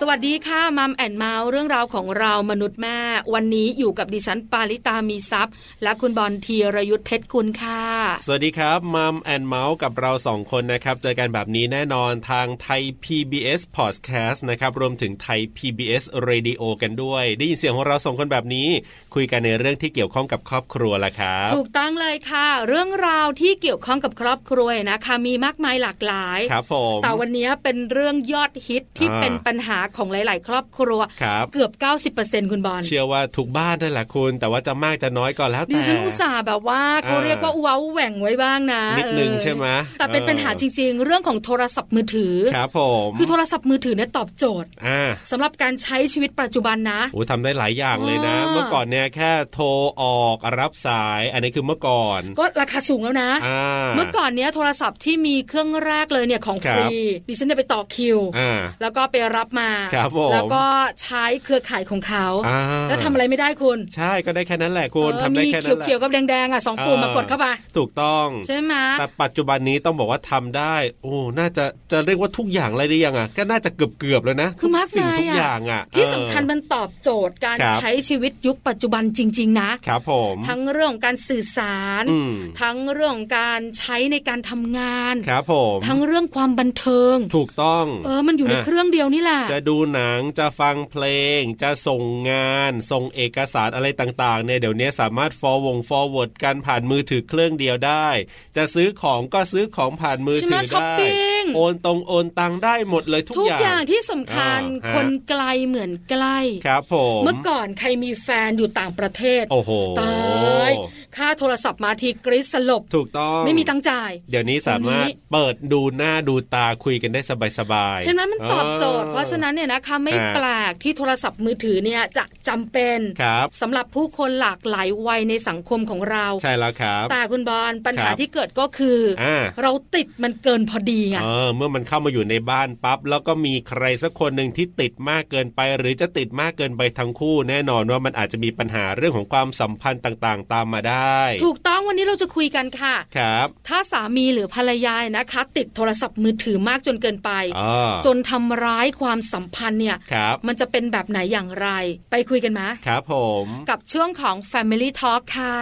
สวัสดีค่ะมัมแอนเมาส์เรื่องราวของเรามนุษย์แม่ วันนี้อยู่กับดิฉันปาริตามีซัพย์และคุณบอลธีรยุทธเพชรคุณค่ะ สวัสดีครับมัมแอนเมาส์กับเราสองคนนะครับ เจอกันแบบนี้แน่นอนทางไทย PBS Podcast นะครับ รวมถึงไทย PBS Radio กันด้วย ได้ยินเสียงของเราสองคนแบบนี้ คุยกันในเรื่องที่เกี่ยวข้องกับครอบครัวละครับ ถูกต้องเลยค่ะ เรื่องราวที่เกี่ยวข้องกับครอบครัวนะคะมีมากมายหลากหลาย ครับผม แต่วันนี้เป็นเรื่องยอดฮิตที่ อ่า เป็นปัญหาของหลาย ๆ ครอบครัว ครับ เกือบ 90%คุณบอล เชื่อว่าทุกบ้านนั่นแหละคุณ แต่ว่าจะมากจะน้อยก็แล้ว ดิ แต่ ฉันอุตส่าห์แบบว่าเขา อ่า เรียกว่าเว้าแหว่งไว้บ้างนะ นิดนึง เออ ใช่ไหม แต่เป็น ออ ปัญหาจริง ๆ เรื่องของโทรศัพท์มือถือ ครับผม คือโทรศัพท์มือถือเนี่ยตอบโจทย์ อ่า สำหรับการใช้ชีวิตปัจจุบันนะ โอ้ยทำได้หลายอย่างเลยนะ อ่า เมื่อก่อนเนี่ยแค่โทรออกรับสาย อันนี้คือเมื่อก่อน ก็ราคาสูงแล้วนะ อ่า เมื่อก่อนเนี้ยโทรศัพท์ที่มีเครื่องแรกเลยเนี่ยของ ครั ฟ บ รีดิฉันเนี่ยไปต่อคิว อ่า แล้วก็ไปรับมา ครับผม แล้วก็ใช้เครือข่ายของเขา อ่า แล้วทำอะไรไม่ได้คุณ ใช่ก็ได้แค่นั้นแหละคุณ เออ ทำได้ มี แค่ เ นั้นแหละ ขียวๆกับแดงๆอ่ะสองปุ่มมากดเข้าไป ถูกต้อง ใช่ไหม แต่ปัจจุบันนี้ต้องบอกว่าทำได้ โอ้น่าจะจะเรียกว่าทุกอย่างเลยได้ยังอ่ะก็น่าจะเกือบเกือบๆแล้วนะ คือมาก สิ่ง มาย ทุกอย่า อ่ะ งอ่ะ ที่ เออ สำคัญมันตอบโจทย์การ ครับ ใช้ชีวิตยุคปัจจุบันจริง ๆ นะ ครับผม ทั้งเรื่องของการสื่อสาร อืม ทั้งเรื่องของการใช้ในการทำงาน ครับผม ทั้งเรื่องความบันเทิง ถูกต้อง เออ มันอยู่ใน อ่ะ เครื่องเดียวนี่แหละ จะดูหนังจะฟังเพลง จะส่งงาน ส่งเอกสารอะไรต่างๆเนี่ยเดี๋ยวนี้สามารถ forward forward กันผ่านมือถือเครื่องเดียวได้ จะซื้อของก็ซื้อของผ่านมือถือ ใช่ไหมช้อป ได้ ปิ้ง โอนตรงโอนตังได้หมดเลยทุก ทุก อย่าง อย่างที่สำคัญ อ่าฮะ คนไกลเหมือนใกล้ ครับผม เมื่อก่อนใครมีแฟนอยู่ต่างประเทศ โอ้โห ตายค่าโทรศัพท์มาทีกริสสลบ ถูกต้อง ไม่มีตังค์จ่าย เดี๋ยวนี้สามารถ เดี๋ยวนี้ เปิดดูหน้าดูตาคุยกันได้สบายๆ เห็นไหมมันตอบโจทย์ ออ เพราะฉะนั้นเนี่ยนะคะไม่ ฮะ แปลกที่โทรศัพท์มือถือเนี่ยจะจำเป็น ครับ สำหรับผู้คนหลากหลายวัยในสังคมของเรา ใช่แล้วครับ แต่คุณบอลปัญหา ครับ ที่เกิดก็คืออ อ่า เราติดมันเกินพอดีไง เออเมื่อมันเข้ามาอยู่ในบ้านปั๊บแล้วก็มีใครสักคนหนึ่งที่ติดมากเกินไป หรือจะติดมากเกินไปทั้งคู่ แน่นอนว่ามันอาจจะมีปัญหาเรื่องของความสัมพันธ์ต่างๆ ตามมาได้ ถูกต้องวันนี้เราจะคุยกันค่ะ ครับ ถ้าสามีหรือภรรยานะคะ ติดโทรศัพท์มือถือมากจนเกินไป เออ จนทำร้ายความสัมพันธ์เนี่ย ครับ มันจะเป็นแบบไหนอย่างไร ไปคุยกันมา ครับผม กับช่วงของ Family Talk ค่ะ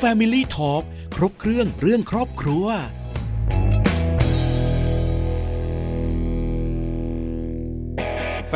Family Talk ครบเครื่องเรื่องครอบครัว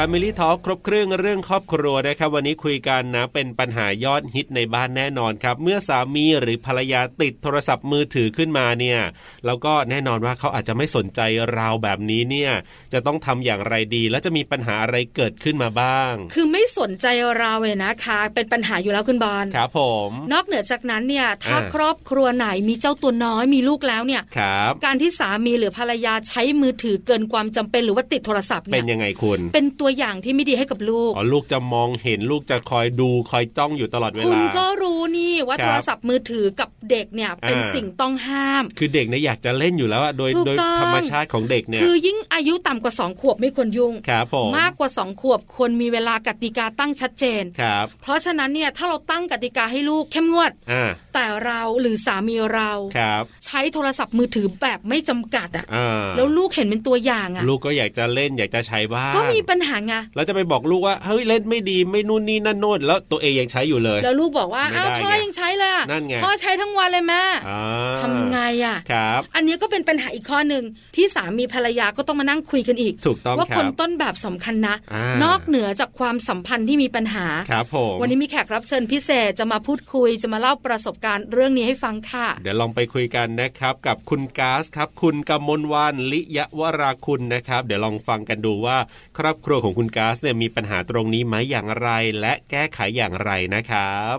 แฟมิลี่ทอครบเครื่องเรื่องครอบครัวนะครับ วันนี้คุยกันนะ เป็นปัญหายอดฮิตในบ้านแน่นอนครับ เมื่อสามีหรือภรรยาติดโทรศัพท์มือถือขึ้นมาเนี่ยแล้วก็แน่นอนว่าเขาอาจจะไม่สนใจเราแบบนี้เนี่ยจะต้องทำอย่างไรดี แล้วจะมีปัญหาอะไรเกิดขึ้นมาบ้าง คือไม่สนใจเราเลยนะคะ เป็นปัญหาอยู่แล้วคุณบอล ครับผม นอกเหนือจากนั้นเนี่ย ถ้า อ่า ครอบครัวไหนมีเจ้าตัวน้อยมีลูกแล้วเนี่ย ครับ การที่สามีหรือภรรยาใช้มือถือเกินความจำเป็นหรือว่าติดโทรศัพท์ เป็ เนี่ยนยังไงคุณ เป็นตัวอย่างที่ไม่ดีให้กับลูก อ๋อลูกจะมองเห็นลูกจะคอยดูคอยจ้องอยู่ตลอดเว คุณ ลา ก็รู้นี่ว่า ครับ โทรศัพท์มือถือกับเด็กเนี่ยเป็น อ่า สิ่งต้องห้าม คือเด็กเนี่ยอยากจะเล่นอยู่แล้วอะโดย ถูก โดย ต้อง ธรรมชาติของเด็กเนี่ย คือยิ่งอายุต่ำกว่า 2 ขวบไม่ควรยุ่ง ครับผม มากกว่า 2 ขวบควรมีเวลากติกาตั้งชัดเจน ครับ เพราะฉะนั้นเนี่ยถ้าเราตั้งกติกาให้ลูกเข้มงวด อ่า แต่เราหรือสามีเรา ครับ ใช้โทรศัพท์มือถือแบบไม่จำกัดอะ อ่า แล้วลูกเห็นเป็นตัวอย่างอะ ลูกก็อยากจะเล่นอยากจะใช้บ้าง ก็มีปัญหาไง แล้วจะไปบอกลูกว่าเฮ้ยเล่นไม่ดีไม่นู่นนี่นั่นโน่นแล้วตัวเองยังใช้อยู่เลย แล้วลูกบอกว่า ไม่ อ้าว ได้ พ่อ ไง ยังใช้เลยอะ นั่นไง พ่อใช้ทั้งวันเลยแม่ อ่า ทำไงอะ ครับ อันนี้ก็เป็นปัญหาอีกข้อหนึ่งที่สามีภรรยาก็ต้องมานั่งคุยกันอีก ถูกต้อง ว่า ค ค รั น บ ต้นแบบสำคัญนะ อ่าน น อกเหนือจากความสัมพันธ์ที่มีปัญหา ครับผม วันนี้มีแขกรับเชิญพิเศษจะมาพูดคุยจะมาเล่าประสบการณ์เรื่องนี้ให้ฟังค่ะ เดี๋ยวลองไปคุยกันนะครับ กับคุณก๊าซครับ คุณกมลวานลิยวราคุณนะครับ เดี๋ยวลองฟังกันดูว่า ครอบครัวของคุณก๊าซเนี่ยมีปัญหาตรงนี้ไหมอย่างไร และแก้ไขอย่างไรนะครับ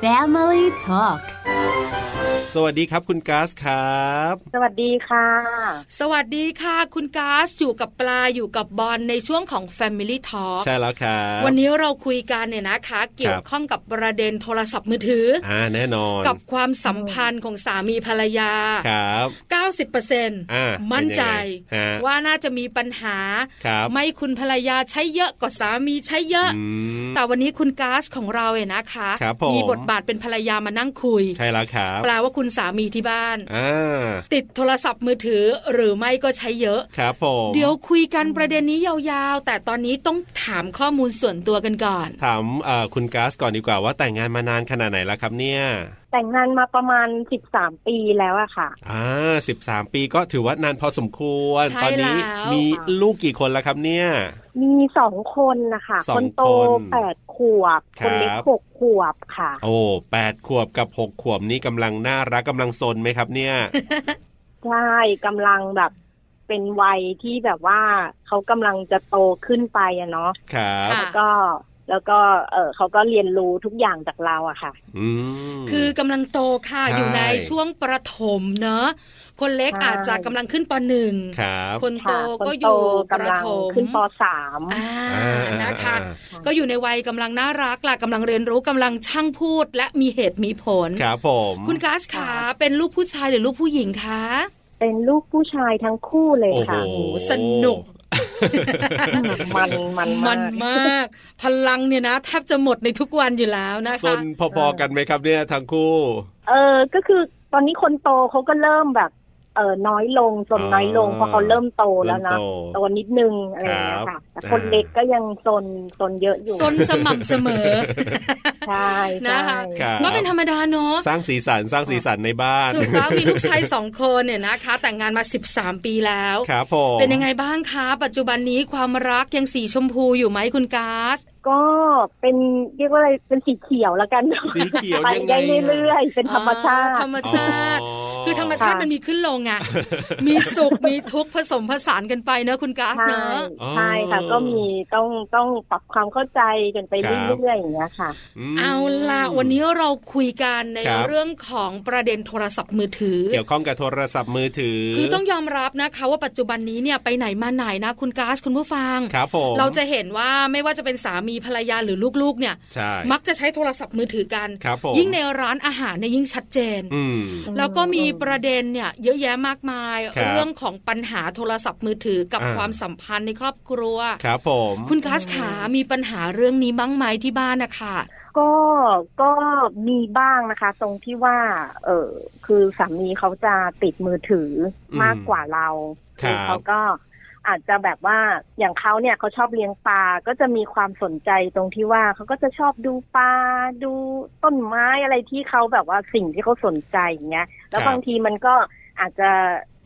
Family Talk สวัสดีครับคุณก๊าซครับ สวัสดีค่ะ สวัสดีค่ะ คุณกาซอยู่กับปลาอยู่กับบอลในช่วงของ Family Talk ใช่แล้วครับ วันนี้เราคุยกันเนี่ยนะคะ เกี่ยวข้องกับประเด็นโทรศัพท์มือถืออ อ่าแน่นอน กับความสัมพันธ์ของสามีภรรยา ครับอ่า 90% มั่ มั่นใจ ฮะ ว่าน่าจะมีปัญหา ครับ ไม่คุณภรรยาใช้เยอะกว่าสามีใช้เยอะ อืม แต่วันนี้คุณก๊าซของเราเนี่ยนะคะ ครับผม บทบาทเป็นภรรยามานั่งคุย ใช่แล้วครับ แปลว่าคุณสามีที่บ้าน อ่า ติดโทรศัพท์มือถือหรือไม่ก็ใช้เยอะ ครับผม เดี๋ยวคุยกันประเด็นนี้ยาวๆ แต่ตอนนี้ต้องถามข้อมูลส่วนตัวกันก่อน ถามเอ่อคุณก๊าซก่อนดีกว่าว่าแต่งงานมานานขนาดไหนแล้วครับเนี่ย แต่งงานมาประมาณ 13 ปีแล้วอะค่ะ อ่าสิบสามปีก็ถือว่านานพอสมควร ใช่ ตอนนี้ แล้ว มีลูกกี่คนแล้วครับเนี่ย มีสองคนนะคะ สอง นโต คน แปดขวบ ค ครับ นเล็กหกขวบค่ะ โอ้แปดขวบกับหกขวบนี่กำลังน่ารักกำลังซนไหมครับเนี่ย ใช่กำลังแบบเป็นวัยที่แบบว่าเขากำลังจะโตขึ้นไปอะเนาะ ครับ ค่ะ แล้วก็แล้วก็เออเขาก็เรียนรู้ทุกอย่างจากเราอะค่ะ อืม คือกำลังโตค่ะ ใช่ อยู่ในช่วงประถมเนอะคนเล็ก ใช่ อาจจะกำลังขึ้นปหนึ่ง ครับ คนโต ค่ะ ก็ คน อยู่ป กำ ระ ลัง ถม ขึ้นปสาม อ่า อ่าอ่า นะคะ อ่า ก็อยู่ในวัยกำลังน่ารักล่ะกำลังเรียนรู้กำลังช่างพูดและมีเหตุมีผล ครับผม คุณก๊าซขาเป็นลูกผู้ชายหรือลูกผู้หญิงคะ เป็นลูกผู้ชายทั้งคู่เลย โอ้โห ค่ะ สนุก มันมัน มั มาก นมาก พลังเนี่ยนะแทบจะหมดในทุกวันอยู่แล้วนะ ซ คะ นพอๆกันไหมครับเนี่ยทั้งคู่ เออก็คือตอนนี้คนโตเขาก็เริ่มแบบ เออน้อยลงจน อ๋อ น้อยลงเพราะเขาเริ่มโตแล้วนะ เริ่มโต โตนิดนึงอะไรอย่างเงี้ย ครั ค่ะ บ แต่คน อ่า เล็กก็ยังซนซนเยอะอยู่ ซนสม่ำเสมอ ใช่ใช่ นะคะ ครับ ก็เป็นธรรมดาเนาะ สร้างสีสันสร้างสีสันในบ้าน ถูกต้องมีลูกชายสองคนเนี่ยนะคะ แต่งงานมา 13 ปีแล้ว ครับผม เป็นยังไงบ้างคะ ปัจจุบันนี้ความรักยังสีชมพูอยู่ไหมคุณก๊าซ ก็เป็นเรียกว่าอะไรเป็นสีเขียวแล้วกัน สีเขียว ไป ยังไง ได้เรื่อยๆ เป็นธรรมชาติ ธรรมชาติ อ๋ คือธรรมชาติ ค่ะ มันมีขึ้นลงอ่ะ มีสุข มีทุกข์ผสมผสานกันไปเนอะคุณก๊าซ ใช่ เนอะ ใช่ค่ะ ก็มีต้องต้องปรับความเข้าใจกันไปเรื่อยๆอย่างเงี้ยค่ะ ม เอาล่ะวันนี้เราคุยกันใน ครับ เรื่องของประเด็นโทรศัพท์มือถือ เกี่ยวข้องกับโทรศัพท์มือถือ คือต้องยอมรับนะคะว่าปัจจุบันนี้เนี่ยไปไหนมาไหนนะคุณก๊าซคุณผู้ฟัง ครับผม เราจะเห็นว่าไม่ว่าจะเป็นสามีภรรยาหรือลูกๆเนี่ย ใช่ มักจะใช้โทรศัพท์มือถือกัน ครับผม ยิ่งในร้านอาหารเนี่ยยิ่งชัดเจน อืม แล้วก็มีประเด็นเนี่ยเยอะแยะมากมาย ครับ เรื่องของปัญหาโทรศัพท์มือถือกับ อ่า ความสัมพันธ์ในครอบครัว ครับผม คุณกัสขามีปัญหาเรื่องนี้บ้างไหมที่บ้านนะคะ ก็ก็มีบ้างนะคะ ตรงที่ว่า เออคือสามีเขาจะติดมือถือมากกว่าเรา ค อ รั เขา บ ก็อาจจะแบบว่าอย่างเขาเนี่ยเขาชอบเลี้ยงปลาก็จะมีความสนใจตรงที่ว่าเขาก็จะชอบดูปลาดูต้นไม้อะไรที่เขาแบบว่าสิ่งที่เขาสนใจอย่างเงี้ย แล้วบางทีมันก็อาจจะ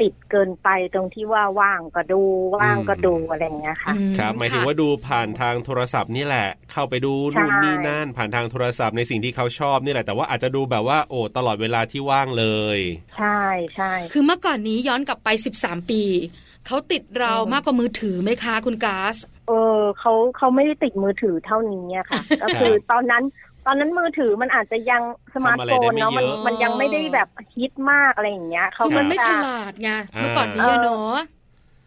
ติดเกินไปตรงที่ว่าว่างก็ดูว่างก็ดูอะไรอย่างเงี้ยค่ะ อื ครับหมายถึงว่าดูผ่านทางโทรศัพท์นี่แหละ เข้าไปดู ใช่ นู่นนี่นั่นผ่านทางโทรศัพท์ในสิ่งที่เขาชอบนี่แหละ แต่ว่าอาจจะดูแบบว่าโอ้ตลอดเวลาที่ว่างเลย ใช่ใช่ คือเมื่อก่อนนี้ย้อนกลับไป 13 ปี เขาติดเรา อืม มากกว่ามือถือไหมคะ คุณกัส เออเขาเขาไม่ได้ติดมือถือเท่านี้อะค่ะ ก็คือตอนนั้น ตอนนั้นมือถือมันอาจจะยังสมาร์ทโฟนทำเนาะอะไรได้ไม่ มัน เยอะ มันยังไม่ได้แบบฮิตมากอะไรอย่างเงี้ยเขา คือมันไม่ ก็ ฉ จะ ลาดไงเมื่อก่อนนี้อะเนาะ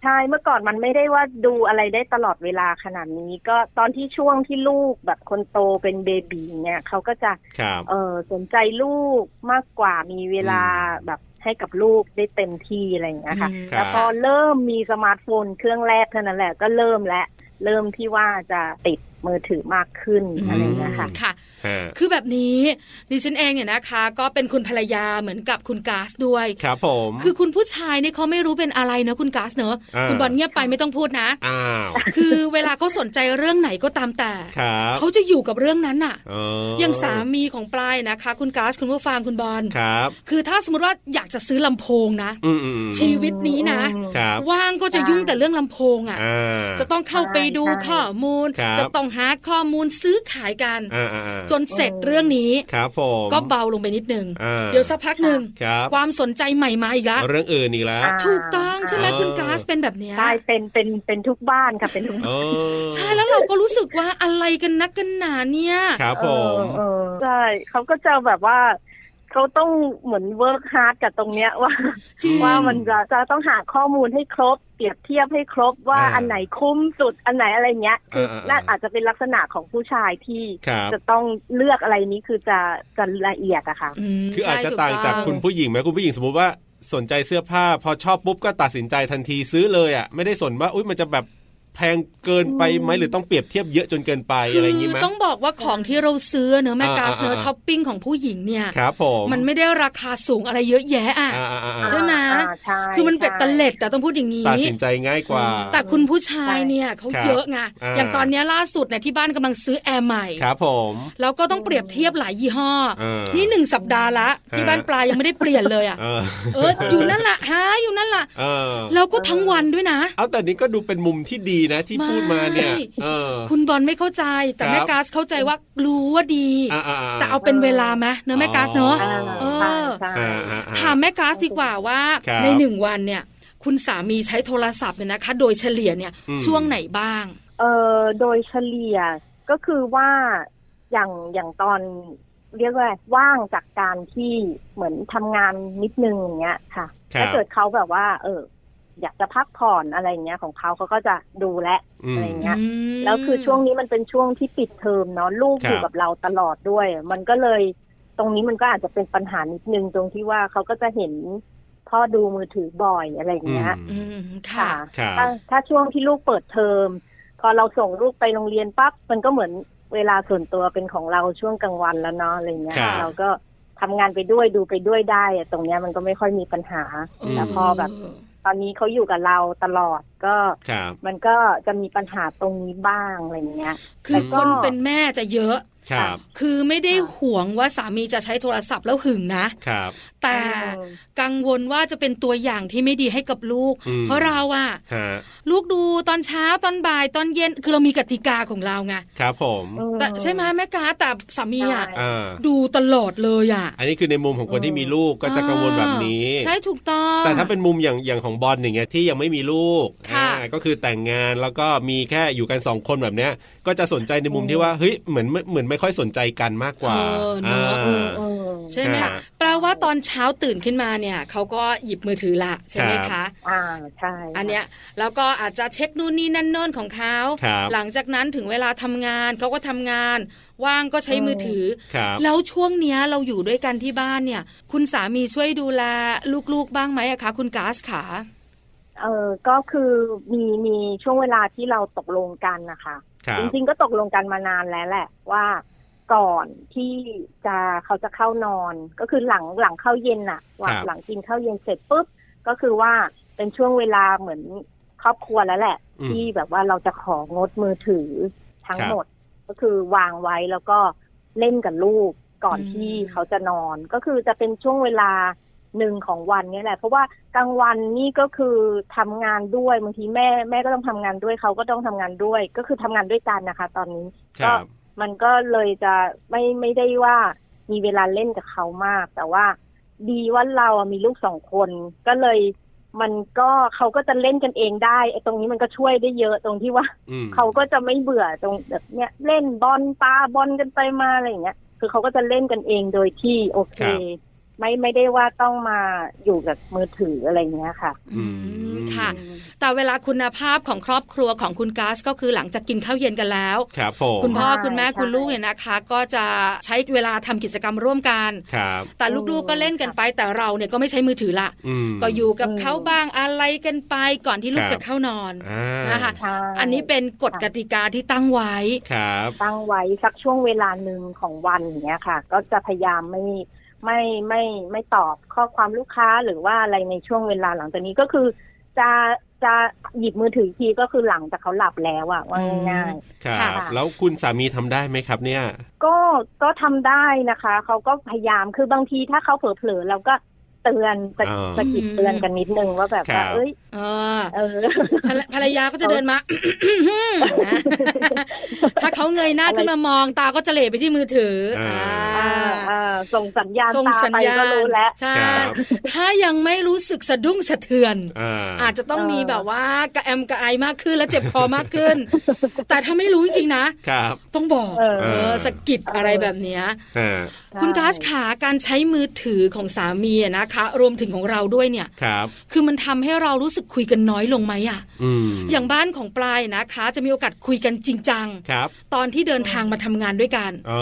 ใช่เมื่อก่อนมันไม่ได้ว่าดูอะไรได้ตลอดเวลาขนาดนี้ ก็ตอนที่ช่วงที่ลูกแบบคนโตเป็นเบบีเนี่ยเขาก็จะ ครับ เออสนใจลูกมากกว่ามีเวลา อืม แบบให้กับลูกได้เต็มที่อะไรอย่างเงี้ยค่ะ อืม ครับ พอเริ่มมีสมาร์ทโฟนเครื่องแรกเท่านั้นแหละก็เริ่มและ เริ่มที่ว่าจะติดมือถือมากขึ้น อืม อะไรเงี้ยค่ะ ค่ะ ฮะ คือแบบนี้ดิฉันเองเนี่ยนะคะ ก็เป็นคุณภรรยาเหมือนกับคุณกัสด้วย ครับผม คือคุณผู้ชายเนี่ยเขาไม่รู้เป็นอะไรเนอะคุณกัสเนอะ อ่า คุณบอลเงียบไปไม่ต้องพูดนะ อ้าว คือเวลาเขาสนใจเรื่องไหนก็ตามแต่ ครับ เขาจะอยู่กับเรื่องนั้นน่ะ อ๋อ อย่างสามีของปลายนะคะ คุณก๊าซคุณผู้ฟังคุณบอล ครับ คือถ้าสมมติว่าอยากจะซื้อลำโพงนะ อืมอืมอืม ชีวิตนี้นะ ครับ ว่างก็จะยุ่ง ใช่ แต่เรื่องลำโพงอ่ะ อ่า จะต้องเข้าไปดู ใช่ ข้อมูล ครับ จะต้องหาข้อมูลซื้อขายกัน อ่าอ่าอ่า จนเสร็จเรื่องนี้ ครับผม ก็เบาลงไปนิดนึง อ่า เดี๋ยวสักพักหนึ่ง ครับ ความสนใจใหม่มาอีกละ เรื่องอื่นอีกแล้ว อ่า ถูกต้องใช่ไหม อ่า คุณก๊าซเป็นแบบเนี้ย ใช่เป็นเป็นเป็นทุกบ้านค่ะเป็นทุก เอ บ้าน อ ใช่แล้วเราก็รู้สึกว่าอะไรกันนักกันหนาเนี่ย ครับ เอ ผ อ ม เออใช่เขาก็จะแบบว่า เขาต้องเหมือนเวิร์กฮาร์ดกับตรงเนี้ยว่า จริง ว่ามันจะจะต้องหาข้อมูลให้ครบ เปรียบเทียบให้ครบว่า อ่า อันไหนคุ้มสุดอันไหนอะไรเงี้ยคืออา อ่า น่า อ่า อาจจะเป็นลักษณะของผู้ชายที่ ครับ จะต้องเลือกอะไรนี้คือจะจะละเอียดอะค่ะ ม คืออาจจะ ใช่ ต่างจาก ถู คุณผู้หญิงไหมคุณผู้หญิงสมมติว่าสนใจเสื้อผ้า พอชอบปุ๊บก็ตัดสินใจทันทีซื้อเลยอ่ะไม่ได้สนว่าอุ้ยมันจะแบบแพงเกินไปไหม อืม หรือต้องเปรียบเทียบเยอะจนเกินไป คื อะไรอ อย่าง งี้ไหม ต้องบอกว่าของที่เราซื้อเนอะอ่ากแม่าสเนอะ อ่า ช้อปปิ้งของผู้หญิงเนี่ย ครับผม มันไม่ได้ราคาสูงอะไรเยอะแยะอ่ะ อ่าอ่าอ่า ใช่ไหม อ่าใช่ คือมันเป็ดตะเล็ ใช่ ดแต่ต้องพูดอย่างนี้ ตัดสินใจง่ายกว่า แต่คุณผู้ชายเนี่ยเขา ครับ เยอะไง อ่า อย่างตอนเนี้ยล่าสุดเนี่ยที่บ้านกำลังซื้อแอร์ใหม่ ครับผม แล้วก็ต้องเปรียบเทียบหลายยี่ห้อ เออ นี่หนึ่งสัปดาห์ละ ฮะ ที่บ้านปลายังไม่ได้เปลี่ยนเลยอ่ะ เออ เอออยู่นั่นละหาอยู่นั่นละ เออ แล้วก็ทั้งวันด้วยนะ เอาแต่นี้ก็ดูเป็นมุมที่ดีนะที่พูดมาเนี่ย ไม่ เออ คุณบอลไม่เข้าใจแต่ ครับ แม่กาสเข้าใจว่ารู้ว่าดี อ่าอ่าอ่า แต่เอาเป็นเวลาไหมเนอะแม่กาสเนอะ อ่า เออ ใช่ใช่ อ่าอ่าอ่า ถามแม่กาสดีกว่าว่า ครับ ในหนึ่งวันเนี่ย คุณสามีใช้โทรศัพท์เนี่ยนะคะ โดยเฉลี่ยเนี่ย อืม ช่วงไหนบ้าง เออโดยเฉลี่ยก็คือว่าอย่างอย่างตอนเรียกว่าว่างจากการที่เหมือนทำงานนิดนึงอย่างเงี้ยค่ะ ครับ ถ้าเกิดเขาแบบว่า เออ อยากจะพักผ่อนอะไรอย่างเงี้ยของเขาเขาก็จะดูแล อื อะ ม ไรอย่างเงี้ย แล้วคือช่วงนี้มันเป็นช่วงที่ปิดเทอมเนาะลูก ครับ อยู่กับเราตลอดด้วย มันก็เลยตรงนี้มันก็อาจจะเป็นปัญหานิดนึงตรงที่ว่าเขาก็จะเห็นพ่อดูมือถือบ่อยอะไรอย่าง อืม เงี้ย อืมค่ะ ครับ ถ้าถ้าช่วงที่ลูกเปิดเทอม พอเราส่งลูกไปโรงเรียนปั๊บมันก็เหมือนเวลาส่วนตัวเป็นของเราช่วงกลางวันแล้วเนาะอะไรเงี้ย ครับ เราก็ทำงานไปด้วยดูไปด้วยได้อะตรงเนี้ยมันก็ไม่ค่อยมีปัญหา แต่พอแบบ ตอนนี้เขาอยู่กับเราตลอดก็ ครับ มันก็จะมีปัญหาตรงนี้บ้างอะไรเงี้ย คือ แล้วก็ คนเป็นแม่จะเยอะ ครับ คือไม่ได้ห่วงว่าสามีจะใช้โทรศัพท์แล้วหึงนะ ครับ แต่ อืม กังวลว่าจะเป็นตัวอย่างที่ไม่ดีให้กับลูก อืม เพราะเราอะ ฮะ ลูกดูตอนเช้าตอนบ่ายตอนเย็นคือเรามีกติกาของเราไง ครับผม แต่ใช่ไหมแม่กาแต่สามีอะ ใช่ อ่า ดูตลอดเลยอะ อันนี้คือในมุมของคนที่มีลูกก็จะกังวลแบบนี้ อ่าใช่ถูกต้อง แต่ถ้าเป็นมุมอย่างอย่างของบอลอย่างเงี้ยที่ยังไม่มีลูก ค่ะ อ่าก็คือแต่งงานแล้วก็มีแค่อยู่กันสองคนแบบเนี้ย ก็จะสนใจในมุม อืม ที่ว่าเฮ้ยเหมือนเหมือนไม่ค่อยสนใจกันมากกว่า เออเนอะ อื อ่า มอืม ใช่ไหม ค่ะ แปลว่าตอนเช้าตื่นขึ้นมาเนี่ยเขาก็หยิบมือถือละใช่ไหม คคะรับ อ่าใช่ อันเนี้ยแล้วก็อาจจะเช็คนู่นนี่นั่นโน่นของเขา ครับ หลังจากนั้นถึงเวลาทำงานเขาก็ทำงาน ว่างก็ใช้มือถือ ครับ แล้วช่วงเนี้ยเราอยู่ด้วยกันที่บ้านเนี่ย คุณสามีช่วยดูแลลูกๆบ้างไหมอะคะคุณกาสขา เออก็คือมีมีช่วงเวลาที่เราตกลงกันนะคะ ครั จ บ ริงๆ ก็ตกลงกันมานานแล้วแหละว่าก่อนที่จะเขาจะเข้านอน ก็คือหลังหลังเข้าเย็นน่ะว่า ครับ หลังกินข้าวเย็นเสร็จปุ๊บก็คือว่าเป็นช่วงเวลาเหมือนครอบครัวแล้วแหละ อืม ที่แบบว่าเราจะของดมือถือทั้ง ครับ หมด ก็คือวางไว้แล้วก็เล่นกับลูกก่อน อืม ที่เขาจะนอน ก็คือจะเป็นช่วงเวลาหนึ่งของวันเนี่ยแหละ เพราะว่ากลางวันนี่ก็คือทำงานด้วยบางทีแม่แม่ก็ต้องทำงานด้วยเขาก็ต้องทำงานด้วย ก็คือทำงานด้วยกันนะคะ ตอนนี้ ครับ มันก็เลยจะไม่ไม่ได้ว่ามีเวลาเล่นกับเขามาก แต่ว่าดีว่าเราอะมีลูกสองคน ก็เลยมันก็เขาก็จะเล่นกันเองได้ไอ้ตรงนี้มันก็ช่วยได้เยอะตรงที่ว่า อืม เขาก็จะไม่เบื่อตรงแบบเนี้ยเล่นบอลปาบอลกันไปมาอะไรอย่างเงี้ย คือเขาก็จะเล่นกันเองโดยที่โอเค ไม่ไม่ได้ว่าต้องมาอยู่กับมือถืออะไรอย่างเงี้ยค่ะ อืมค่ะ อืม แต่เวลาคุณภาพของครอบครัวของคุณกาสก็คือหลังจากกินข้าวเย็นกันแล้ว ครับผม คุณพ่อ ใช่ คุณแม่ ใช่ คุณลูกเนี่ยนะคะ ก็จะใช้เวลาทำกิจกรรมร่วมกัน ครับ แต่ลูกๆก็เล่นกันไปแต่เราเนี่ยก็ไม่ใช้มือถือละ อืม ก็อยู่กับ อืม เขาบ้างอะไรกันไปก่อนที่ลูก ครับ จะเข้านอน อ่า นะคะ ใช่ อันนี้เป็นกฎกติกาที่ตั้งไว้ ครับ ตั้งไว้สักช่วงเวลาหนึ่งของวันอย่างเงี้ยค่ะ ก็จะพยายามไม่ไม่ไม่ไม่ตอบข้อความลูกค้าหรือว่าอะไรในช่วงเวลาหลังจากนี้ก็คือจะจะหยิบมือถืออีกทีก็คือหลังจากเขาหลับแล้วอะว่าง่ายๆ ครั ค่ะ บ แล้วคุณสามีทำได้ไหมครับเนี่ย ก็ก็ทำได้นะคะ เขาก็พยายามคือบางทีถ้าเขาเผลอๆเราก็เตือนสะ อ่า สะกิดเตือนกันนิดนึงว่าแบบ ครั ว่า บ เอ้ย เออ เออ ภรรภรรยาก็จะเดินมา นะถ้าเขาเงยหน้าขึ้นมามองตาก็จะเหลไปที่มือถือ เอออ่ อ่า อ่าอ่าส่งสัญญาณ ส่ง ตา สัญ ไป ญา ก็ ณ รู้แล้ว ใช่ ครับ ถ้ายังไม่รู้สึกสะดุ้งสะเทือน อ่า อาจจะต้อง เออ มีแบบว่ากระแอมกระไอมากขึ้นและเจ็บคอมากขึ้ น แต่ถ้าไม่รู้จริงๆนะ ครับ ต้องบอก เออ สะกิดอะไรแบบเนี้ย อ่า คุณกัสขาการใช้มือถือของสามีอะนะคะ รวมถึงของเราด้วยเนี่ย ครับ คือมันทำให้เรารู้สึกคุยกันน้อยลงไหมอะ อืม อย่างบ้านของปลายนะคะ จะมีโอกาสคุยกันจริงจัง ครับ ตอนที่เดินทางมาทำงานด้วยกัน เอ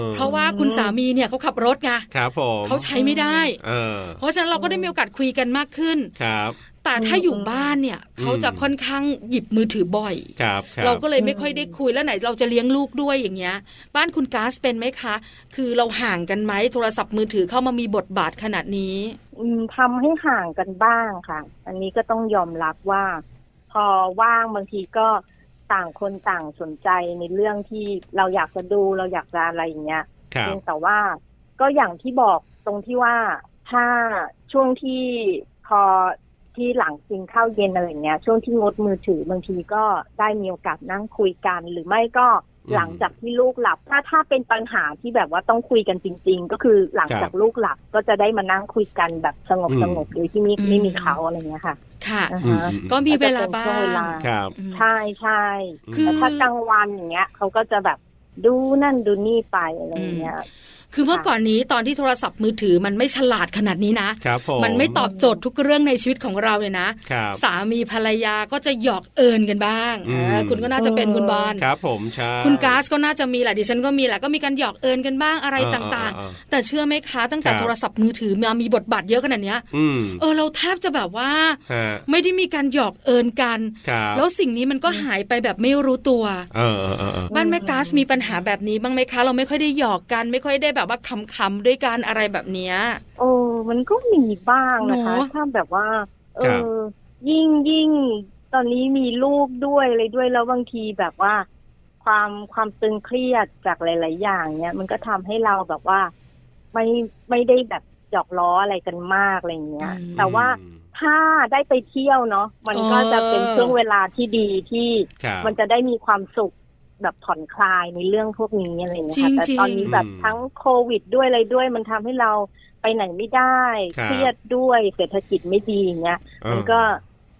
อ เพราะว่าคุณสามีเนี่ยเขาขับรถไง ครับผม เขาใช้ไม่ได้ เออ เพราะฉะนั้นเราก็ได้มีโอกาสคุยกันมากขึ้น ครับ แต่ถ้าอยู่บ้านเนี่ยเขาจะค่อนข้างหยิบมือถือบ่อย ครับคบ เราก็เลยไม่ค่อยได้คุยแล้วไหนเราจะเลี้ยงลูกด้วยอย่างเงี้ย บ้านคุณก๊าซเป็นไหมคะ คือเราห่างกันไหมโทรศัพท์มือถือเข้ามามีบทบาทขนาดนี้ อืมทำให้ห่างกันบ้างค่ะ อันนี้ก็ต้องยอมรับว่า พอว่างบางทีก็ต่างคนต่างสนใจในเรื่องที่เราอยากจะดูเราอยากจะอะไรอย่างเงี้ย ครับ เพียงแต่ว่าก็อย่างที่บอกตรงที่ว่าถ้าช่วงที่พอที่หลังกินข้าวเย็นอะไรเงี้ยช่วงที่งดมือถือบางทีก็ได้มีโอกาสนั่งคุยกัน หรือไม่ก็ อืม หลังจากที่ลูกหลับ ถ้าถ้าเป็นปัญหาที่แบบว่าต้องคุยกันจริง ๆ ก็คือหลังจากลูกหลับก็จะได้มานั่งคุยกันแบบสงบ อืม สงบโดยที่ไม่ อืม ไม่มีเขาอะไรเงี้ยค่ะ ค่ะ อ่า อืม ฮะ อืม ก็มีเวลาบ้า อาจจะเป็นช่วงเวลา ง ครับ อืม ใช่ใช่ คื แต่ถ้ากลางวันอย่างเงี้ยเขาก็จะแบบดูนั่นดูนี่ไปอะไรเงี้ย คือเมื่อก่อนนี้ตอนที่โทรศัพท์มือถือมันไม่ฉลาดขนาดนี้นะ ครับผม มันไม่ตอบโจทย์ทุกเรื่องในชีวิตของเราเลยนะ ครับ สามีภรรยาก็จะหยอกเอินกันบ้าง อืม เออคุณก็น่าจะเป็นคุณบอล ครับผมใช่ คุณก๊าซก็น่าจะมีแหละดิฉันก็มีแหละก็มีการหยอกเอินกันบ้างอะไรต่าง ๆ อ่อ่อ่ แต่เชื่อไหมคะตั้งแต่ ครับ โทรศัพท์มือถือมามีบทบาทเยอะขนาดเนี้ย อืม เออเราแทบจะแบบว่า ฮะ ไม่ได้มีการหยอกเอินกัน ครับ แล้วสิ่งนี้มันก็หายไปแบบไม่รู้ตัว เออเออเออเออ บ้านแม่ก๊าซมีปัญหาแบบนี้บ้างไหมคะ เราไม่ค่อยได้หยอกกันไม่ค่อยได้แบบว่าคำๆด้วยกันอะไรแบบเนี้ย โอ้มันก็มีบ้างนะคะ เนอะ ถ้าแบบว่า เออ ยิ่งยิ่งตอนนี้มีลูกด้วยอะไรด้วยแล้วบางทีแบบว่า ความความตึงเครียดจากหลาย ๆ อย่างเนี้ยมันก็ทำให้เราแบบว่า ไม่ไม่ได้แบบหยอกล้ออะไรกันมากอะไรอย่างเงี้ย อืม แต่ว่า อืม ถ้าได้ไปเที่ยวเนาะมันก็จะเป็นช่วงเวลาที่ดีที่ ครับ มันจะได้มีความสุขแบบผ่อนคลายในเรื่องพวกนี้อะไรอย่างเงี้ยค่ะ จริงๆ แต่ตอนนี้แบบ อืม ทั้งโควิดด้วยอะไรด้วย มันทำให้เราไปไหนไม่ได้ ครับ เครียดด้วยเศรษฐกิจไม่ดีอย่างเงี้ย เออ มันก็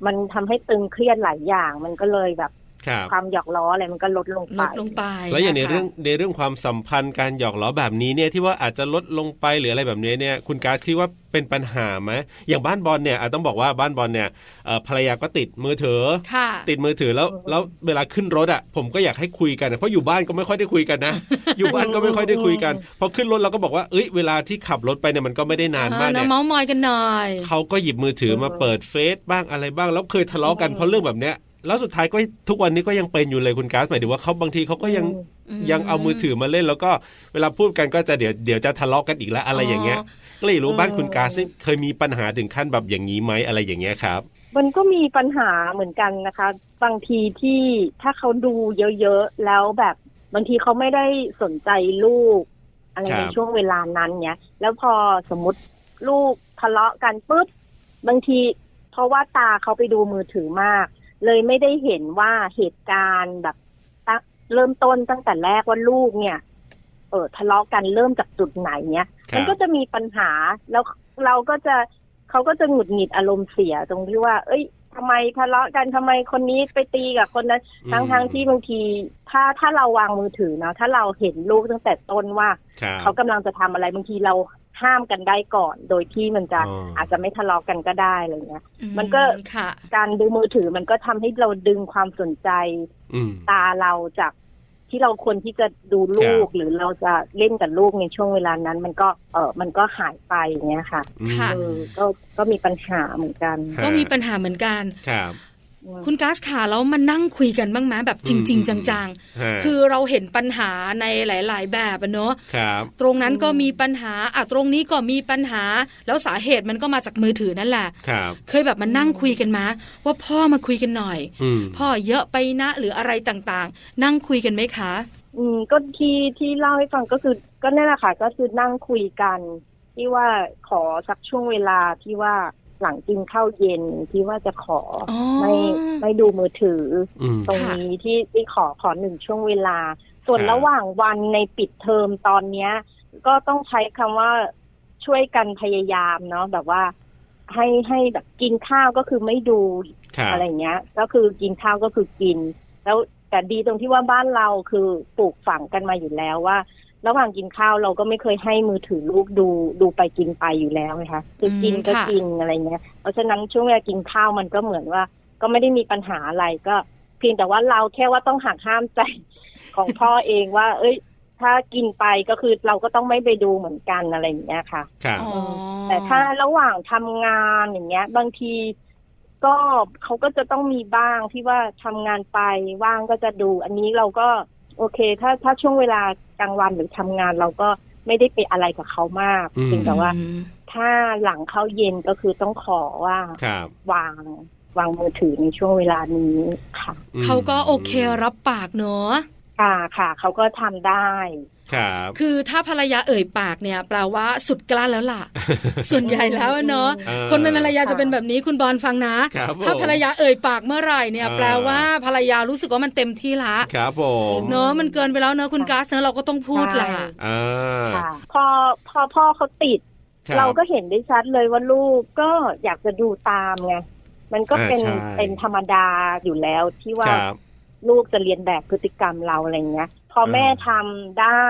มันทำให้ตึงเครียดหลายอย่าง มันก็เลยแบบ ครับ ความหยอกล้ออะไรมันก็ลดลง ล ไป ดลงไป แล้วอย่างในะคะ เรื่องในเรื่องความสัมพันธ์การหยอกล้อแบบนี้เนี่ยที่ว่าอาจจะลดลงไปหรืออะไรแบบนี้เนี่ยคุณกาซคิดว่าเป็นปัญหาไหมอย่างบ้านบอลเนี่ยอาจต้องบอกว่าบ้านบอลเนี่ยเอ่อภรรยาก็ติดมือถือ ค่ะ ติดมือถือแล้ว อืม แล้วเวลาขึ้นรถอ่ะผมก็อยากให้คุยกันอะเพราะอยู่บ้านก็ไม่ค่อยได้คุยกันนะ อยู่บ้านก็ไม่ค่อยได้คุยกันพอขึ้นรถเราก็บอกว่าเอ้ยเวลาที่ขับรถไปเนี่ยมันก็ไม่ได้นานมาก เออ เนี่ นะ ย เมาส์มอยกันหน่อย เขาก็หยิบมือถือมาเปิดเฟซบ้างอะไรบ้าง แล้วเคยทะเลาะกันเพราะเรื่องแบบเนี้ยแล้วสุดท้ายก็ทุกวันนี้ก็ยังเป็นอยู่เลยคุณก๊าซหมายถึงว่าเขาบางทีเขาก็ยังยังเอามือถือมาเล่น แล้วก็เวลาพูดกันก็จะเดี๋ยวเดี๋ยวจะทะเลาะกันอีกแล้วอะไรอย่างเงี้ย อ๋อ ก็เลยรู้บ้านคุณก๊าซนี่เคยมีปัญหาถึงขั้นแบบอย่างนี้ไหมอะไรอย่างเงี้ยครับ มันก็มีปัญหาเหมือนกันนะคะ บางทีที่ถ้าเขาดูเยอะๆ แล้วแบบบางทีเขาไม่ได้สนใจลูก อะไร ครับ ในช่วงเวลานั้นเนี่ยแล้วพอสมมติลูกทะเลาะกันปุ๊บบางทีเพราะว่าตาเขาไปดูมือถือมาก เลยไม่ได้เห็นว่าเหตุการณ์แบบตั้งเริ่มต้นตั้งแต่แรกว่าลูกเนี่ย เออทะเลาะกันเริ่มจากจุดไหนเนี่ย ค มัน รับ ก็จะมีปัญหาแล้วเราก็จะเขาก็จะหงุดหงิดอารมณ์เสียตรงที่ว่า เอ้ยทำไมทะเลาะกันทำไมคนนี้ไปตีกับคนนั้นทั้งทงๆที่บางที ถ้าถ้าเราวางมือถือเนาะถ้าเราเห็นลูกตั้งแต่ต้นว่า ครับ เขากำลังจะทำอะไรบางทีเราห้ามกันได้ก่อน โดยที่มันจะ อ๋ออ อาจจะไม่ทะเลาะกันก็ได้อะไรเงี้ย อื มันก็ ค่ะ การดูมือถือมันก็ทำให้เราดึงความสนใจ อืม ตาเราจากที่เราควรที่จะดูลูก หรือเราจะเล่นกับลูกในช่วงเวลานั้น มันก็เออมันก็หายไปอย่างเงี้ยค่ะ ค่ะ เออก็ก็มีปัญหาเหมือนกัน ฮะ ก็มีปัญหาเหมือนกัน ครับ อืม คุณก๊าซขาแล้วมันนั่งคุยกันบ้างไหมแบบจริง ๆ จัง ฮะ ๆ คือเราเห็นปัญหาในหลาย ๆ แบบอะเนอะ ครับ ตรงนั้นก็ อืม มีปัญหาอ่ะตรงนี้ก็มีปัญหา แล้วสาเหตุมันก็มาจากมือถือนั่นแหละ ครับ เคยแบบมานั่งคุยกันมาว่าพ่อมาคุยกันหน่อย อืม พ่อเยอะไปนะหรืออะไรต่างๆ นั่งคุยกันไหมคะ อืมก็ที่ที่เล่าให้ฟังก็คือก็นั่นแหละค่ะ ก็คือนั่งคุยกัน ที่ว่าขอสักช่วงเวลาที่ว่าหลังกินข้าวเย็นที่ว่าจะขออ อ ไม่ไม่ดูมือถือ อืม ตรงนี้ที่ที่ขอขอหนึ่งช่วงเวลา ส่วน ครับ ระหว่างวันในปิดเทอมตอนเนี้ย ก็ต้องใช้คำว่าช่วยกันพยายามเนาะแบบว่า ให้ให้แบบกินข้าวก็คือไม่ดู ครับ อะไรเงี้ย ก็คือกินข้าวก็คือกิน แล้วแต่ดีตรงที่ว่าบ้านเราคือปลูกฝังกันมาอยู่แล้วว่า ระหว่างกินข้าวเราก็ไม่เคยให้มือถือลูกดูดูไปกินไปอยู่แล้วไงคะคือกิน อืม ก็ ค่ะ กินอะไรเงี้ยเพราะฉะนั้นช่วงเวลากินข้าวมันก็เหมือนว่า ก็ไม่ได้มีปัญหาอะไรก็เพียงแต่ว่าเราแค่ว่าต้องหักห้ามใจ ของพ่อเองว่า เอ้ย ถ้ากินไปก็คือเราก็ต้องไม่ไปดูเหมือนกันอะไรอย่างเงี้ยค่ะ ครับ อ๋อ แต่ถ้าระหว่างทำงานอย่างเงี้ย บางทีก็เขาก็จะต้องมีบ้างที่ว่าทำงานไปว่างก็จะดู อันนี้เราก็โอเค ถ้าถ้าช่วงเวลากลางวันหรือทำงานเราก็ไม่ได้ไปอะไรกับเขามาก อืม เพียงแต่ว่า อืม ถ้าหลังเข้าเย็นก็คือต้องขอว่า ครับ วางวางมือถือในช่วงเวลานี้ค่ะ อืม เขาก็โอเครับปากเนอะ ค่ะค่ะเขาก็ทำได้ ครับ คือถ้าภรรยาเอ่ยปากเนี่ยแปลว่าสุดกล้า แล้วล่ะ ส่วนใหญ่แล้วเนอะ อ่า คนเป็นภรรยาจะเป็นแบบนี้คุณบอลฟังนะ ครับผม ถ้าภรรยาเอ่ยปากเมื่อไหร่เนี่ย อ่า แปลว่าภรรยารู้สึกว่ามันเต็มที่ละ ครับผม เนอะมันเกินไปแล้วเนอะคุณ ค่ะ ก๊าซเนอะเราก็ต้องพูดล่ะ ใช่ อ่า ค่ะ พอพอพ่อเขาติด คบ เราก็เห็นได้ชัดเลยว่าลูกก็อยากจะดูตามไง มันก็เป็น อ่าใช่ เป็นธรรมดาอยู่แล้วที่ว่า ครับ ลูกจะเรียนแบบพฤติกรรมเราอะไรเงี้ย พอแม่ อ่า ทำได้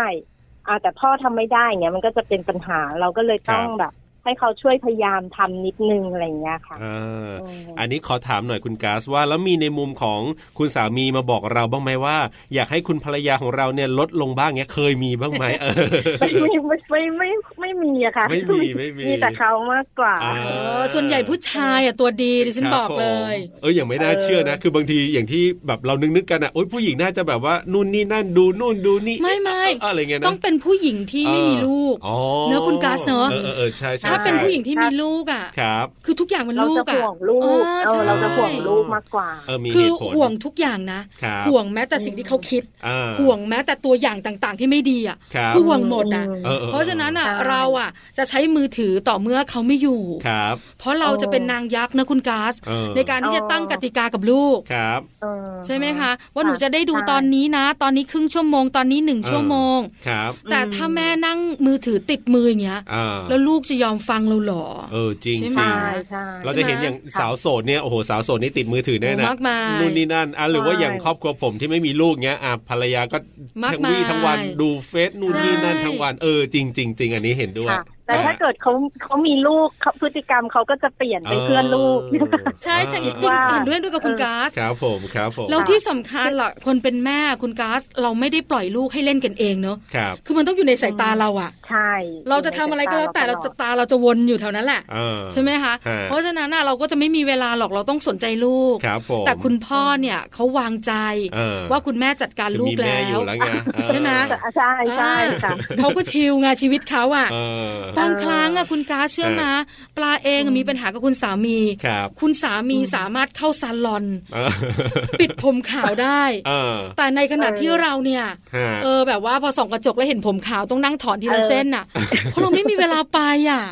อาแต่พ่อทำไม่ได้เงี้ยมันก็จะเป็นปัญหาเราก็เลยต้อง ครับ แบบ ให้เขาช่วยพยายามทำนิดนึงอะไรเงี้ยค่ะ อ่า อืม อันนี้ขอถามหน่อยคุณกาสว่าแล้วมีในมุมของคุณสามีมาบอกเราบ้างไหมว่า อยากให้คุณภรรยาของเราเนี่ยลดลงบ้างเนี้ยเคยมีบ้าง ไหมเออ ไม่ไม่ไม่ไม่ไม่มีอะค่ะ ไม่มีไม่มี แต่เขามากกว่า อ่า เออ ส่วนใหญ่ผู้ชายอ่ะตัวดีดิฉัน ครับ บอก เลย ผมเอออย่างไม่น่าเชื่อนะ คือบางทีอย่างที่แบบเรานึกนึกๆกันอ่ะโอ๊ยผู้หญิงน่าจะแบบว่านู่นนี่นั่นดูนู่นดูนี่ ไม่ไม่ เอออะไรเงี้ยนะ ต้องเป็นผู้หญิงที่ไม่มีลูก อ๋อ เนอะคุณกาสเนอะ ออออเออใช่ใช่ ถ้าเป็นผู้หญิงที่ ใช่ มีลูกอ่ะ ครับ คือทุกอย่างมัน เรา ลู จะ กอ่ะ ห่วงลูก ออ เออ ใช่ เราจะห่วงลูกมากกว่า เออมี คื เห อ ตุผล ห่วงทุกอย่างนะ ครับ ห่วงแม้แต่สิ่งที่เขาคิด อ่า ห่วงแม้แต่ตัวอย่างต่างๆ ที่ไม่ดีอ่ะ ครับ คือห่วงหมดอ่ะ ออออ เพราะฉะนั้นอ่ะ ใช่ เราอ่ะจะใช้มือถือต่อเมื่อเขาไม่อยู่ ครับ เพราะเราจะเป็นนางยักษ์นะคุณกาส เออ ในการที่จะตั้งกติกากับลูก ครับ เออ ใช่ไหมคะ ว่าหนูจะได้ดู ใช่ ตอนนี้นะ ตอนนี้ครึ่งชั่วโมงตอนนี้หนึ่ง เออ ชั่วโมง ครับ แต่ถ้าแม่นั่งมือถือติดมืออย่างเงี้ย อ่า แล้วลูกจะยอมฟังเราเหรอ เออจริง ใช่ จ ไหม ริง ใช่ใช่ เราจะเห็นอย่างสาวโสดเนี่ยโอ้โหสาวโสดนี่ติดมือถือแน่นะ มากมาย นู่นนี่นั่นอ่ะหรือว่าอย่าง ใช่ ครอบครัวผมที่ไม่มีลูกเงี้ยอ่ะภรรยาก็ มาก ทั้ง มาย วี่ทั้งวันดูเฟซนู่น ใช่ นี่นั่นทั้งวันเออจริงจริงจริงอันนี้เห็นด้วย ค่ะแต่ถ้าเกิดเขาเขามีลูกเขาพฤติกรรมเขาก็จะเปลี่ยนไปเพื่อน ลูก เออ ใช่จริง ว่า ๆเห็นด้วยด้วยกับคุณกาส ครับผมครับผม แล้วที่สำคัญล่ะคนเป็นแม่คุณกาสเราไม่ได้ปล่อยลูกให้เล่นกันเองเนอะ ครับ คือมันต้องอยู่ในสายตาเราอะ ใช่ เราจะทำอะไรก็แล้วแต่เราจะตาเราจะวนอยู่แถวนั้นแหละ อ่า ใช่ไหมคะ ฮะ เพราะฉะนั้นน่ะเราก็จะไม่มีเวลาหรอกเราต้องสนใจลูก ครับผม แต่คุณพ่อเนี่ยเขาวางใจ เออ ว่าคุณแม่จัดการ คือ ลูก มี แล้ ม่อยู่ ว แล้วไงเออ ใช่ไหม ใช่ใช่ใช่ค่ะ เขาก็ชิลไงานชีวิตเขาอะ เออบ างครั้งอะคุณกาเชื่อมาปลาเองอะมีปัญหากับคุณสามี ครับ คุณสามี อืม สามารถเข้าซาลอน เออ ปิดผมขาวได้ เออ แต่ในขณะที่เราเนี่ย ฮะ เออแบบว่าพอส่องกระจกแล้วเห็นผมขาวต้องนั่งถอนทีละเส้นน่ะเพราะเราไม่มีเวลาไปอ่ะ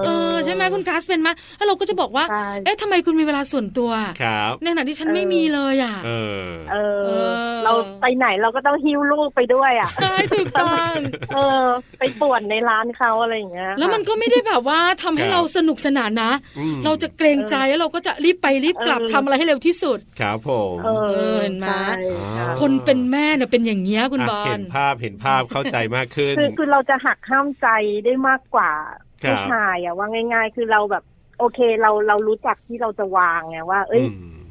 เออใช่ไหมคุณกาสเป็นไหมแล้วเราก็จะบอกว่า ใช่ เอ๊ะทำไมคุณมีเวลาส่วนตัว ครับ ในขณะที่ฉันไม่มีเลยอ่ะ เออ เอ เอ อ อ เราไปไหนเราก็ต้องหิ้วลูกไปด้วยอ่ะ ใช่ถูกต้อง เออ ไปป่วนในร้านเขาอะไรอย่างเงี้ยค่ะ แล้วมันก็ไม่ได้แบบว่าทำให้ ครับ เราสนุกสนานนะ อืม เราจะเกรงใจแล้วเราก็จะรีบไปรีบกลับ เออ ทำอะไรให้เร็วที่สุด ครับผม เออ เห็นไหม ใช่ค่ะ อ คนเป็นแม่เนี่ยเป็นอย่างเงี้ยคุณ อ่ะ บอ เห็ ล นภาพเห็นภาพเข้าใจมากขึ้น คือคือเราจะหักห้ามใจได้มากกว่า ครับ ผู้ชายอะว่าง่าย ๆ คือเราแบบโอเคเราเรารู้จักที่เราจะวางไงว่า เอ้ย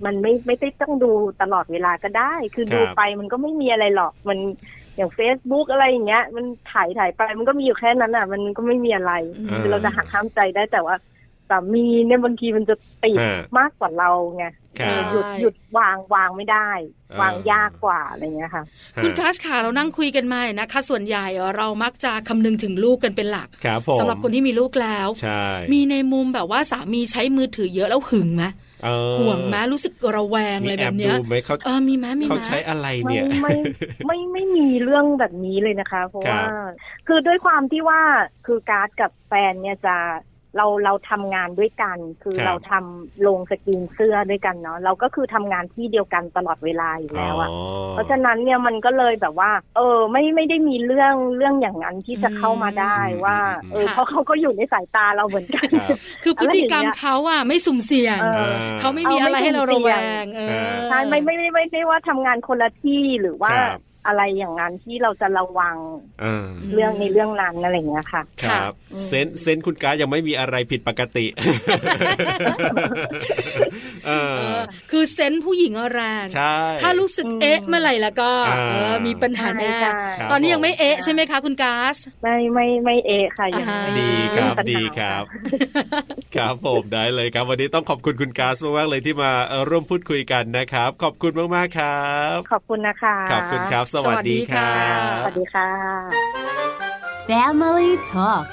มันไม่ไม่ได้ต้องดูตลอดเวลาก็ได้ คือ ครับ ดูไปมันก็ไม่มีอะไรหรอกมันอย่าง Facebook อะไรอย่างเงี้ย มันถ่ายถ่ายไปมันก็มีอยู่แค่นั้นอ่ะ มันก็ไม่มีอะไร อืม เออ คือเราจะหักห้ามใจได้แต่ว่าสามีเนี่ยบางทีมันจะติด อ่า มากกว่าเราไง ครับ หยุดหยุดวางวางไม่ได้ เออ วางยากกว่าอะไรเงี้ยค่ะ คุณคาสขาเรานั่งคุยกันมาเนี่ยนะคะส่วนใหญ่เรามักจะคำนึงถึงลูกกันเป็นหลัก ครับผม สำหรับคนที่มีลูกแล้ว ใช่ มีในมุมแบบว่าสามีใช้มือถือเยอะแล้วหึงไหม เออ ห่วงไหมรู้สึกระแวงอะไร มี แบ แอบบ เนี้ ดู ย ไหมเขา เออมีไหมมี เขา ไหม ใช้อะไร ไม่ เนี่ย ไม่ ไม่ไม่มีเรื่องแบบนี้เลยนะคะ เพราะ ครับ ว่า คือด้วยความที่ว่าคือการ์ดกับแฟนเนี่ยจะเราเราทำงานด้วยกัน คือเราทำลงสกรีนเสื้อด้วยกันเนาะเราก็คือทำงานที่เดียวกันตลอดเวลาอยู่แล้วอะ อ๋อ เพราะฉะนั้นเนี่ยมันก็เลยแบบว่า เออ ไม่ไม่ได้มีเรื่องเรื่องอย่างนั้นที่จะเข้ามาได้ว่า เออ ค่ะ เพราะเขาก็อยู่ในสายตาเราเหมือนกัน ครับ คือพฤติกรรมเขาอ่ะไม่สุ่มเสี่ยง เอ อ่ เขาไม่มีอะไรให้เราระแวงเออ เออ ใช่ไม่ไม่ไม่ไม่ได้ว่าทำงานคนละที่หรือว่า ครับ อะไรอย่างนั้นที่เราจะระวัง อ่า อืม เรื่องในเรื่องนั้นอะไรอย่างเงี้ยค่ะ ครับ อืม เซนส์เซนส์คุณกายังไม่มีอะไรผิดปกติเอ เอ อ อคือเซนส์ผู้หญิงอะแรง ใช่ ถ้ารู้สึก อืม เอ๊ะเมื่อไหร่แล้วก็ อ่า เออมีปัญหาแน่ ใช่ ครั ใช่ บ ตอนนี้ยังไม่เอ๊ะใช่ไหมคะคุณกาส ไม่ไม่ไม่เอะค่ะยังไม่ ดีครับ ไม่มีปัญหา ดีครับ ครับผมได้เลยครับ วันนี้ต้องขอบคุณคุณกาสมากๆเลยที่มาเอ่อร่วมพูดคุยกันนะครับ ขอบคุณมากๆครับ ขอบคุณนะคะ ขอบคุณครับ สวัสดีครั ส บ วัสดีค่ะ Family Talk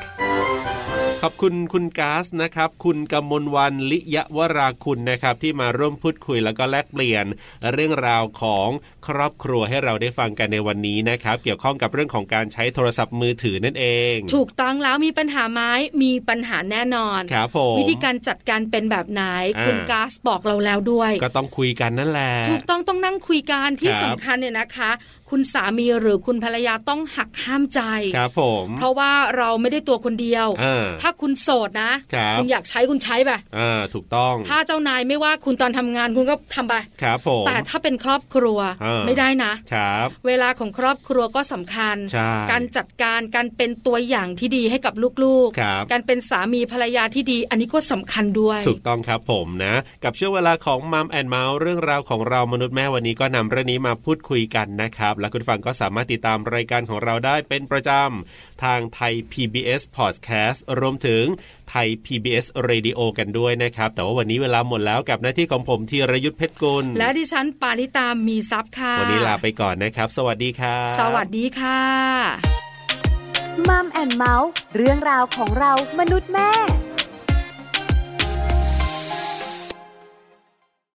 ขอบคุณคุณก๊าซนะครับ คุณกมลวันลิยวราคุณนะครับ ที่มาร่วมพูดคุยแล้วก็แลกเปลี่ยน เรื่องราวของครอบครัวให้เราได้ฟังกันในวันนี้นะครับ เกี่ยวข้องกับเรื่องของการใช้โทรศัพท์มือถือนั่นเอง ถูกต้องแล้วมีปัญหาไหมมีปัญหาแน่นอน ครับผม วิธีการจัดการเป็นแบบไหน อ่า คุณกาสบอกเราแล้วด้วย ก็ต้องคุยกันนั่นแหละ ถูกต้องต้องนั่งคุยกันที่ ครับ สำคัญเนี่ยนะคะ คุณสามีหรือคุณภรรยาต้องหักห้ามใจ ครับผม เพราะว่าเราไม่ได้ตัวคนเดียว อ่า ถ้าคุณโสดนะครับ ณอยากใช้คุณใช้ไป อ่าถูกต้อง ถ้าเจ้านายไม่ว่าคุณตอนทำงานคุณก็ทำไป ครับผม แต่ถ้าเป็นครอบครัว เออ ไม่ได้นะ ครับ เวลาของครอบครัวก็สำคัญ ใช่ การจัดการการเป็นตัวอย่างที่ดีให้กับลูก ครับ การเป็นสามีภรรยาที่ดี อันนี้ก็สำคัญด้วย ถูกต้องครับผมนะ กับช่วงเวลาของมัมแอนเมาส์เรื่องราวของเรามนุษย์แม่วันนี้ก็นำเรื่องนี้มาพูดคุยกันนะครับ และคุณฟังก็สามารถติดตามรายการของเราได้เป็นประจำ ทางไทย PBS Podcast รวมถึงไทย PBS Radio กันด้วยนะครับ แต่ว่าวันนี้เวลาหมดแล้วกับหน้าที่ของผมธีรยุทธเพชรกุล และดิฉันปาริตามีซับค่ะ วันนี้ลาไปก่อนนะครับ สวัสดีครับ สวัสดีค่ะ มัมแอนเมาส์เรื่องราวของเรามนุษย์แม่